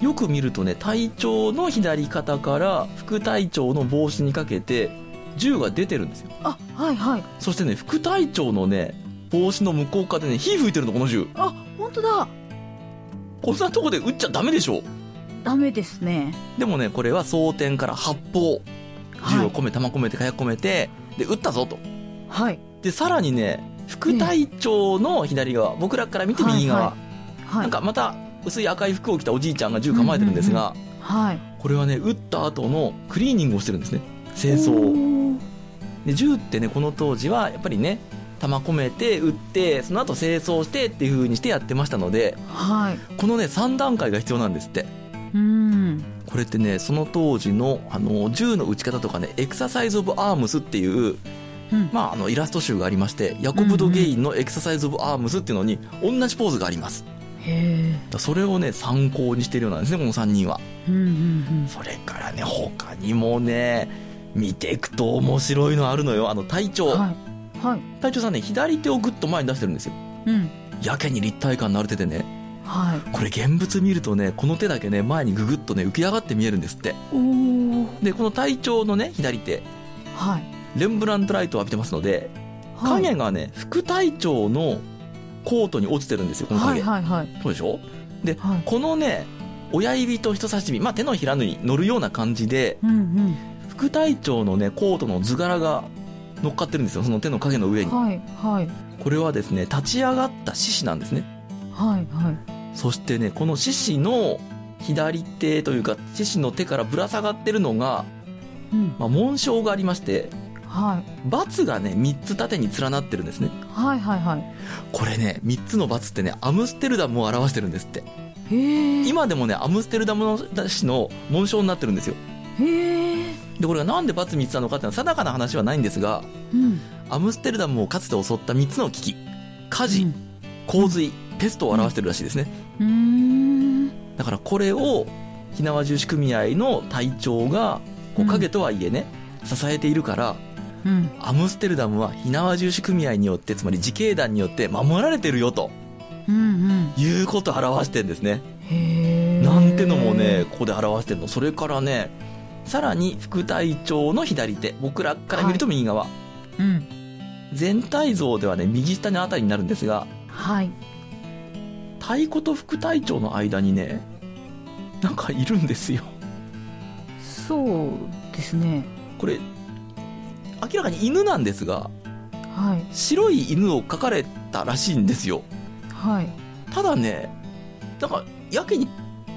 S4: お。
S3: よく見るとね、隊長の左肩から副隊長の帽子にかけて、銃が出てるんですよ。
S4: あ、はいはい。
S3: そしてね、副隊長のね、帽子の向こう側でね、火吹いてるの、この銃。
S4: あ、本当だ。
S3: こんなとこで撃っちゃダメでしょ
S4: ダメですね。
S3: でもね、これは装填から発砲。銃を込め、弾込めて、火薬込めて、で、撃ったぞと。
S4: はい。
S3: で、さらにね、副隊長の左側、僕らから見て右側、
S4: ははい。
S3: なんかまた薄い赤い服を着たおじいちゃんが銃構えてるんですが、
S4: はい。
S3: これはね撃った後のクリーニングをしてるんですね清掃を
S4: おー
S3: で銃ってねこの当時はやっぱりね弾込めて撃ってその後清掃してっていう風にしてやってましたので
S4: はい。
S3: このね3段階が必要なんですって
S4: うん。
S3: これってねその当時のあの銃の撃ち方とかねエクササイズ・オブ・アームスっていう、
S4: うん。
S3: まあ、あのイラスト集がありましてヤコブ・ド・ゲインのエクササイズ・オブ・アームスっていうのに同じポーズがありますだか
S4: へ
S3: らそれをね参考にしてるようなんですねこの3人は
S4: え。うんうん
S3: それからね、他にもね、見ていくと面白いのあるのよ。あの、隊長。
S4: うん。はい。はい。
S3: 隊長さんね、左手をぐっと前に出してるんですよ。
S4: うん。
S3: やけに立体感のある手でね、
S4: はい。
S3: これ現物見るとね、この手だけね、前にぐぐっとね、浮き上がって見えるんですって。
S4: おお。
S3: で、この隊長のね、左手、
S4: はい。
S3: レンブラントライトを浴びてますので、
S4: はい
S3: 影がね、副隊長のコートに落ちてるんですよ、この
S4: は
S3: 影。
S4: いはいはい。
S3: そうでしょで、
S4: はい。
S3: このね、親指と人差し指、まあ、手のひらに乗るような感じで、
S4: うんうん。
S3: 副隊長のねコートの図柄が乗っかってるんですよその手の影の上に
S4: はいはい
S3: これはですね立ち上がった獅子なんですね
S4: はいはい。
S3: そしてねこの獅子の左手というか獅子の手からぶら下がってるのが、
S4: うん。
S3: まあ、紋章がありまして
S4: はい
S3: ×がね3つ縦に連なってるんですね
S4: はいはいはい。
S3: これね3つの×ってねアムステルダムを表してるんですって
S4: へえ。
S3: 今でもねアムステルダムの市の紋章になってるんですよ
S4: へえ。
S3: でこれがなんで×3つなのかってのは定かな話はないんですが
S4: うん。
S3: アムステルダムをかつて襲った3つの危機火事、洪水ペストを表してるらしいですね
S4: うん。う
S3: だからこれを火縄重視組合の隊長がこう
S4: うん
S3: 影とはいえね、支えているから
S4: ーん。うん。
S3: アムステルダムは火縄重視組合によってつまり自警団によって守られてるよと
S4: うん
S3: いうことを表してるんですね
S4: うん。へえ。
S3: なんてのもね。ここで表してるのそれからねさらに副隊長の左手僕らから見ると右側、
S4: うん。
S3: 全体像ではね右下のあたりになるんですが
S4: はい。
S3: 太鼓と副隊長の間にねなんかいるんですよ
S4: そうですね。
S3: これ明らかに犬なんですが
S4: はい
S3: 白い犬を描かれたらしいんですよ
S4: はい。
S3: ただねなんかやけに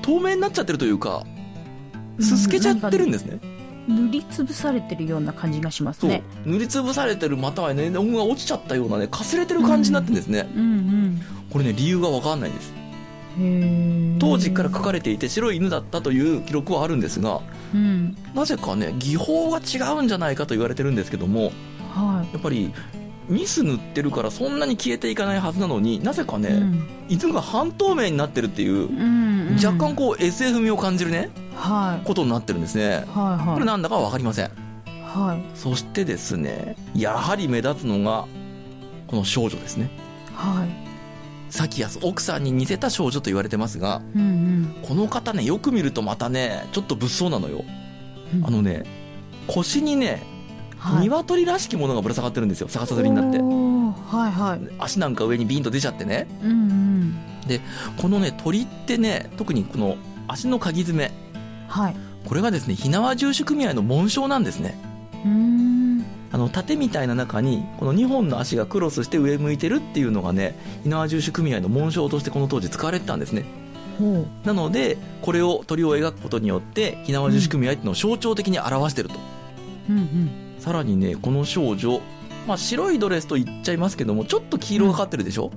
S3: 透明になっちゃってるというかすすけちゃってるんですね、
S4: 塗りつぶされてるような感じがします
S3: そう、
S4: ね。
S3: 塗りつぶされてるまたはね音が落ちちゃったようなねかすれてる感じになってるんですね、
S4: うん
S3: これね理由がわかんないです
S4: うん。へえ。
S3: 当時から描かれていて白い犬だったという記録はあるんですが
S4: うん。
S3: なぜかね技法が違うんじゃないかと言われてるんですけども
S4: は
S3: やっぱりミス塗ってるからそんなに消えていかないはずなのになぜかね、
S4: い。うん
S3: 犬が半透明になってるっていう
S4: う、んうん。
S3: 若干こう SF 味を感じるね
S4: はい。
S3: ことになってるんですね
S4: はい
S3: これ
S4: は
S3: なんだかわかりません
S4: い。はい。
S3: そしてですねやはり目立つのがこの少女ですね
S4: はい。
S3: サキヤス奥さんに似せた少女と言われてますが
S4: うん
S3: この方ねよく見るとまたねちょっと物騒なのよ
S4: うん。うん
S3: あのね腰にね、
S4: はい
S3: 鶏らしきものがぶら下がってるんですよ逆さ吊りになって
S4: おーはいはい
S3: 足なんか上にビーンと出ちゃってね
S4: うんうん
S3: このね鳥ってね特にこの足のかぎ爪
S4: はい
S3: これがですね火縄住手組合の紋章なんですね
S4: うーん
S3: あの盾みたいな中にこの2本の足がクロスして上向いてるっていうのがね火縄住手組合の紋章としてこの当時使われてたんですね
S4: ほう
S3: なのでこれを鳥を描くことによって火縄住手組合っていうのを象徴的に表してると、
S4: うんうん
S3: さらにねこの少女、まあ、白いドレスと言っちゃいますけどもちょっと黄色がかってるでしょ、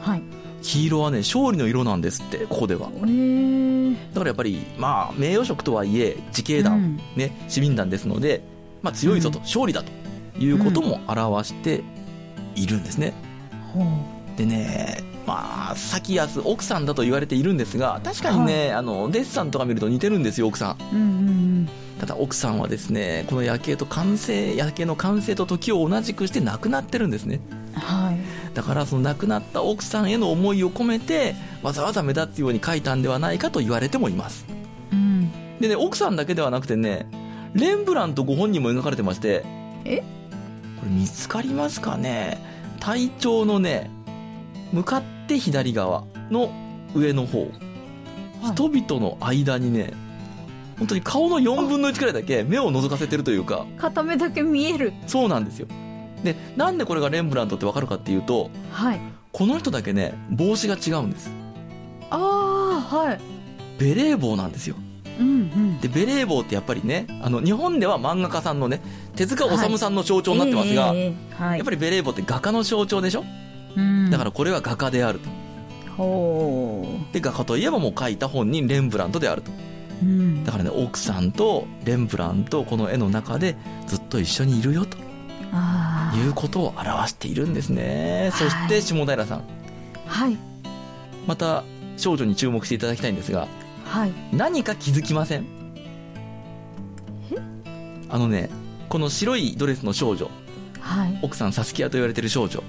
S4: はい
S3: 黄色はね勝利の色なんですってここでは
S4: えー
S3: だからやっぱりまあ名誉職とはいえ自警団、
S4: うん
S3: ね、市民団ですので、まあ、強いぞと、勝利だということも表しているんですね、
S4: ほう
S3: でねまあ咲安奥さんだと言われているんですが確かにね、あのデッサンとか見ると似てるんですよ奥さん
S4: うんうん
S3: ただ奥さんはですねこの夜景と完成夜景の完成と時を同じくして亡くなってるんですね
S4: うんはい
S3: だからその亡くなった奥さんへの思いを込めてわざわざ目立つように書いたんではないかと言われてもいます
S4: うん
S3: でね奥さんだけではなくてねレンブラントご本人も描かれてまして
S4: え
S3: これ見つかりますかね体調のね向かって左側の上の方、
S4: はい
S3: 人々の間にね本当に顔の4分の1くらいだけ目を覗かせてるというか
S4: 片目だけ見える
S3: そうなんですよでなんでこれがレンブラントってわかるかっていうと
S4: はい
S3: この人だけね帽子が違うんです
S4: ああはい
S3: ベレー帽なんですよ
S4: うんうん
S3: でベレー帽ってやっぱりねあの日本では漫画家さんのね手塚治虫さんの象徴になってますが、
S4: ええええええはい
S3: やっぱりベレー帽って画家の象徴でしょ、
S4: うん
S3: だからこれは画家であると
S4: ほ
S3: で画家といえばもう描いた本人レンブラントであると
S4: ううん
S3: だからね奥さんとレンブラントこの絵の中でずっと一緒にいるよと
S4: あ
S3: いうことを表しているんですねそし
S4: は
S3: て
S4: い
S3: 下平さん
S4: あはい
S3: また少女に注目していただきたいんですが
S4: はい
S3: 何か気づきませんあのねこの白いドレスの少女
S4: はい
S3: 奥さんサスキアと言われてる少女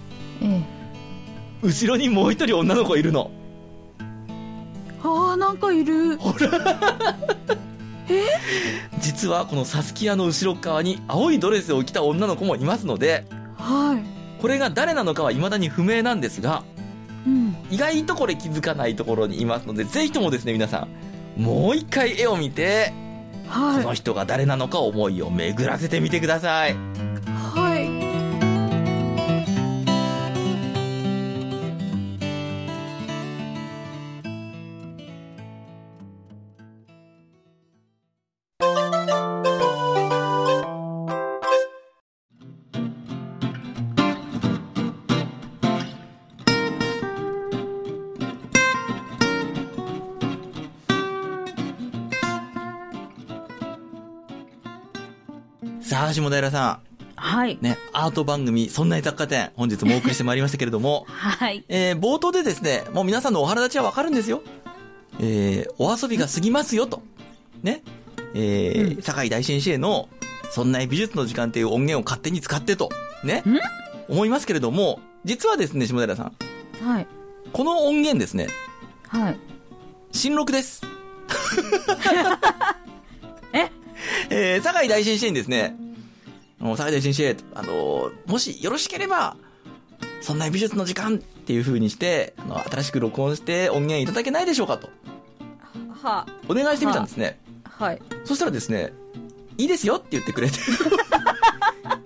S4: ええ
S3: 後ろにもう一人女の子いるの
S4: ああなんかいる
S3: 実はこのサスキアの後ろ側に青いドレスを着た女の子もいますので
S4: はい
S3: これが誰なのかは未だに不明なんですが
S4: うん
S3: 意外とこれ気づかないところにいますのでぜひともですね皆さんもう一回絵を見てこ
S4: は
S3: の人が誰なのか思いを巡らせてみてください
S4: いはい
S3: さあ下平さ
S4: はい
S3: んねアート番組「そんな雑貨店」本日もお送りしてまいりましたけれども
S4: はい
S3: えー冒頭でですね、もう皆さんのお腹立ちはわかるんですよ。えーお遊びが過ぎますよと。ね。えー
S4: うん
S3: 坂井大先生の、そんな美術の時間という音源を勝手に使ってと。ね
S4: ん。
S3: 思いますけれども、実はですね、下平さん。
S4: はい
S3: この音源ですね、
S4: はい
S3: 新録です。
S4: え
S3: えー、坂井大先生にですね、あの坂井大先生、あのーもしよろしければ、そんな美術の時間っていう風にして、あの、新しく録音して音源いただけないでしょうかと、
S4: は
S3: お願いしてみたんですね。
S4: はい
S3: そしたらですね、いいですよって言ってくれて。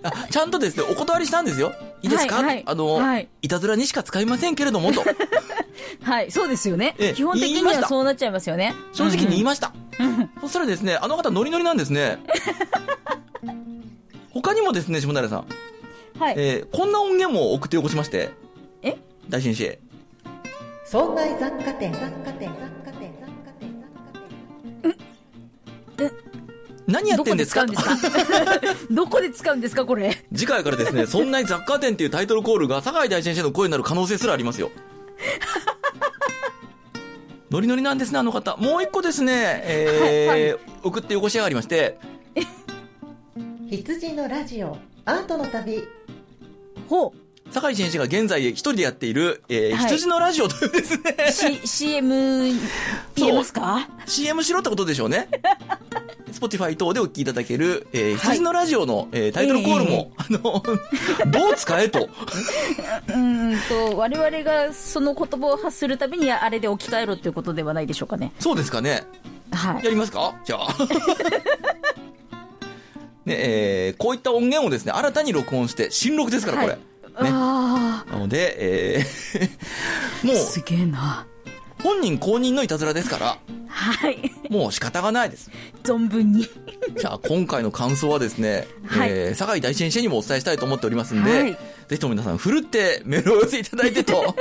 S3: あちゃんとですね、お断りしたんですよ。いいですか、
S4: はいはい
S3: あの、
S4: はいい、
S3: たずらにしか使いませんけれども、と。
S4: はいそうですよね
S3: ええ
S4: 基本的
S3: 言い
S4: に
S3: ました
S4: はそうなっちゃいますよね
S3: 正直に言い
S4: ま
S3: ました。そしたらですね、あの方ノリノリなんですね。他にもですね、下平さん、
S4: はい
S3: えーこんな音源も送ってよこしまして。
S4: え
S3: 大先生。
S1: 損害雑貨店雑貨店雑貨店雑貨店雑貨店
S3: 何やってんですか
S4: どこで使うんですか どこで使うんですかこれ
S3: 次回からです ね、そんな雑貨店っていうタイトルコールが酒井大先生の声になる可能性すらありますよ。ノリノリなんですね、あの方。もう一個ですね、えー
S4: はい
S3: 送ってよこしやがりまして、
S1: 羊のラジオアートの旅
S4: ほ
S3: 酒井先生が現在一人でやっている、えー
S4: はい
S3: 羊のラジオというです ね、
S4: う C CM
S3: そう
S4: 言えますか
S3: CM しろってことでしょうね。 Spotify 等でお聞きいただける、えー、羊のラジオの、えータイトルコールも、あの、 どう使えと。
S4: うーんと、我々がその言葉を発するたびに、あれで置き換えろっていうことではないでしょうかね。
S3: そうですかね。
S4: は
S3: や
S4: い。
S3: りますかじゃあ。 ね、えーこういった音源をですね、新たに録音して、新録ですから、これ。ね
S4: あ
S3: なので、えー も
S4: あ、
S3: う、
S4: すげえな。
S3: 本人公認のいたずらですから、
S4: はい。
S3: もう仕方がないです。
S4: 存分に。
S3: じゃあ、今回の感想はですね、
S4: はい
S3: えー酒井大先生にもお伝えしたいと思っておりますんで、
S4: はい
S3: ぜひとも皆さん、ふるってメールをお寄せいただいて と。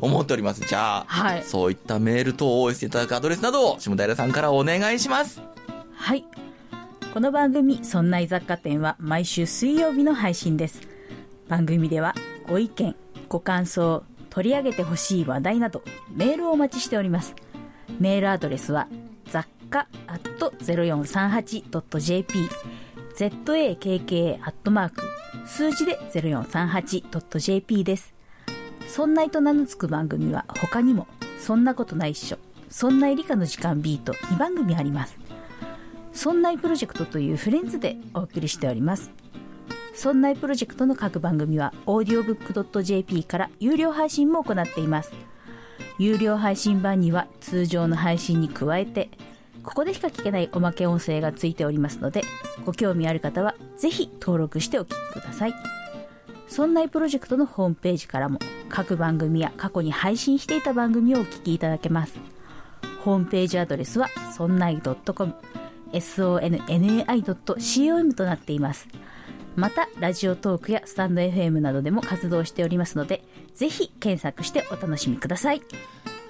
S3: 思っております。じゃあ、
S4: はい
S3: そういったメール等をお寄せいただくアドレスなどを、下平さんからお願いします。
S4: はい。この番組、そんな雑貨店は毎週水曜日の配信です。番組では、ご意見、ご感想、取り上げてほしい話題など、メールをお待ちしております。メールアドレスは、雑貨 0438.jp、zakk アットマーク、数字で 0438.jp です。そんないと名の付く番組は他にも、そんなことないっしょ、そんない理科の時間 B と2番組あります。そんないプロジェクトというフレンズでお送りしております。そんないプロジェクトの各番組は audiobook.jp から有料配信も行っています。有料配信版には通常の配信に加えて、ここでしか聞けないおまけ音声がついておりますので、ご興味ある方はぜひ登録してお聞きください。そんないプロジェクトのホームページからも各番組や過去に配信していた番組をお聞きいただけます。ホームページアドレスはそんない .com、sonnai.com となっています。また、ラジオトークやスタンド FM などでも活動しておりますので、ぜひ検索してお楽しみください。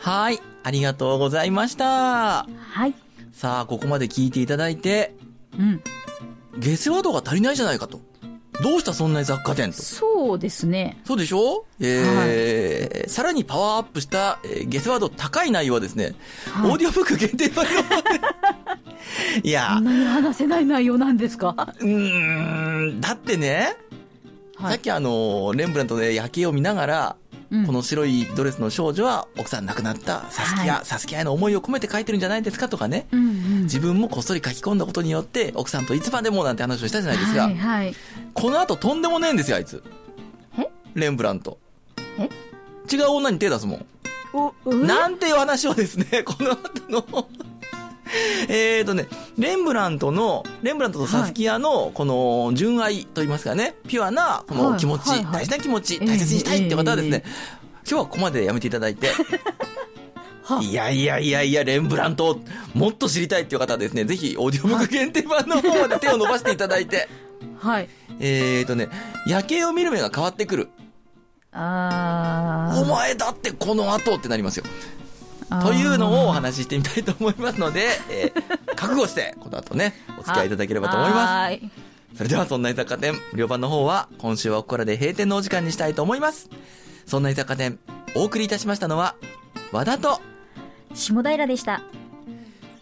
S3: はい。ありがとうございました。
S4: はい。
S3: さあ、ここまで聞いていただいて、
S4: うん。
S3: 下世話度が足りないじゃないかと。どうしたそんな雑貨店と。
S4: そうですね。
S3: そうでしょえーさらにパワーアップした、えー、ゲスワード高い内容はですね、
S4: はい
S3: オーディオブック限定版の いや
S4: こん、なに話せない内容なんですか
S3: うーん、だってね、
S4: は
S3: さっ
S4: い。
S3: きあの、レンブラントで夜景を見ながら、
S4: うん
S3: この白いドレスの少女は奥さん亡くなったサスキア、
S4: は
S3: サスキアへの思いを込めて書いてるんじゃないですかとかね、
S4: うんうん。
S3: 自分もこっそり書き込んだことによって、奥さんといつまでもなんて話をしたじゃないですか。
S4: はいはい。
S3: この後とんでもねえんですよ、あいつ。
S4: え
S3: レンブラント。
S4: え
S3: 違う女に手出すもん。
S4: お、う
S3: なんていう話をですね、 この後の。 えーとね、レンブラントの、レンブラントとサスキアの、この、純愛と言いますかね、ピュアな、この
S4: はい
S3: 気持ち、
S4: はいはい
S3: 大事な気持ち、
S4: ええ
S3: 大切にしたいって方はですね
S4: え、
S3: 今日はここまでやめていただいて、
S4: はい
S3: やいやいやいや、レンブラント、もっと知りたいっていう方はですね、ぜひ、オーディオブック限定版の方まで手を伸ばしていただい て、
S4: はい。
S3: えーとね、夜景を見る目が変わってくる。お
S4: あ
S3: 前だってこの後ってなりますよ。
S4: ー。
S3: というのをお
S4: あー
S3: 話ししてみたいと思いますの で、えー覚悟して、この後ね、お付き合いいただければと思いま
S4: はい。
S3: す。それでは、そんな居酒屋店、無料版の方は、今週はここらで閉店のお時間にしたいと思います。そんな居酒屋店、お送りいたしましたのは、和田と、
S4: 下平でした。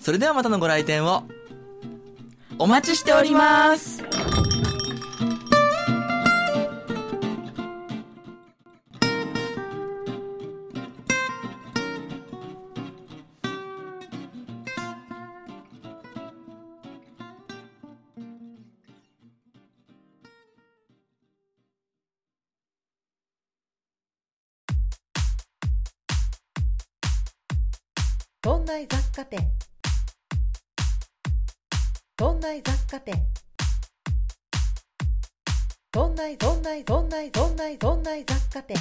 S3: それではまたのご来店を、お待ちしております。
S1: 都内雑貨店都内雑貨店都内都内都内都内都内雑貨店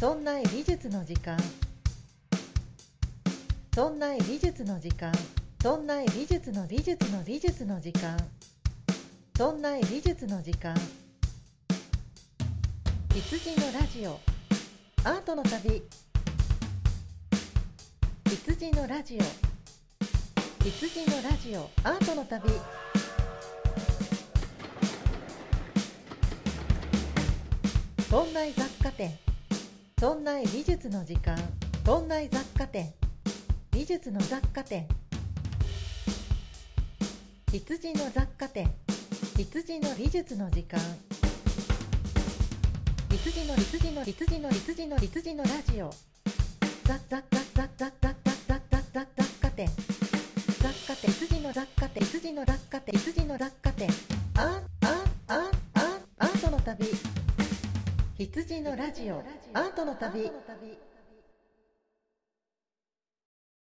S1: 都内美術の時間都内美術の時間都内美術の美術の美術の時間都内美術の時間羊のラジオアートの旅羊のラジオ羊のラジオアートの旅都内雑貨店都内美術の時間都内雑貨店美術の雑貨店羊の雑貨店羊の美術の時間羊の羊の羊の羊の羊のラジオ雑貨店オアートの旅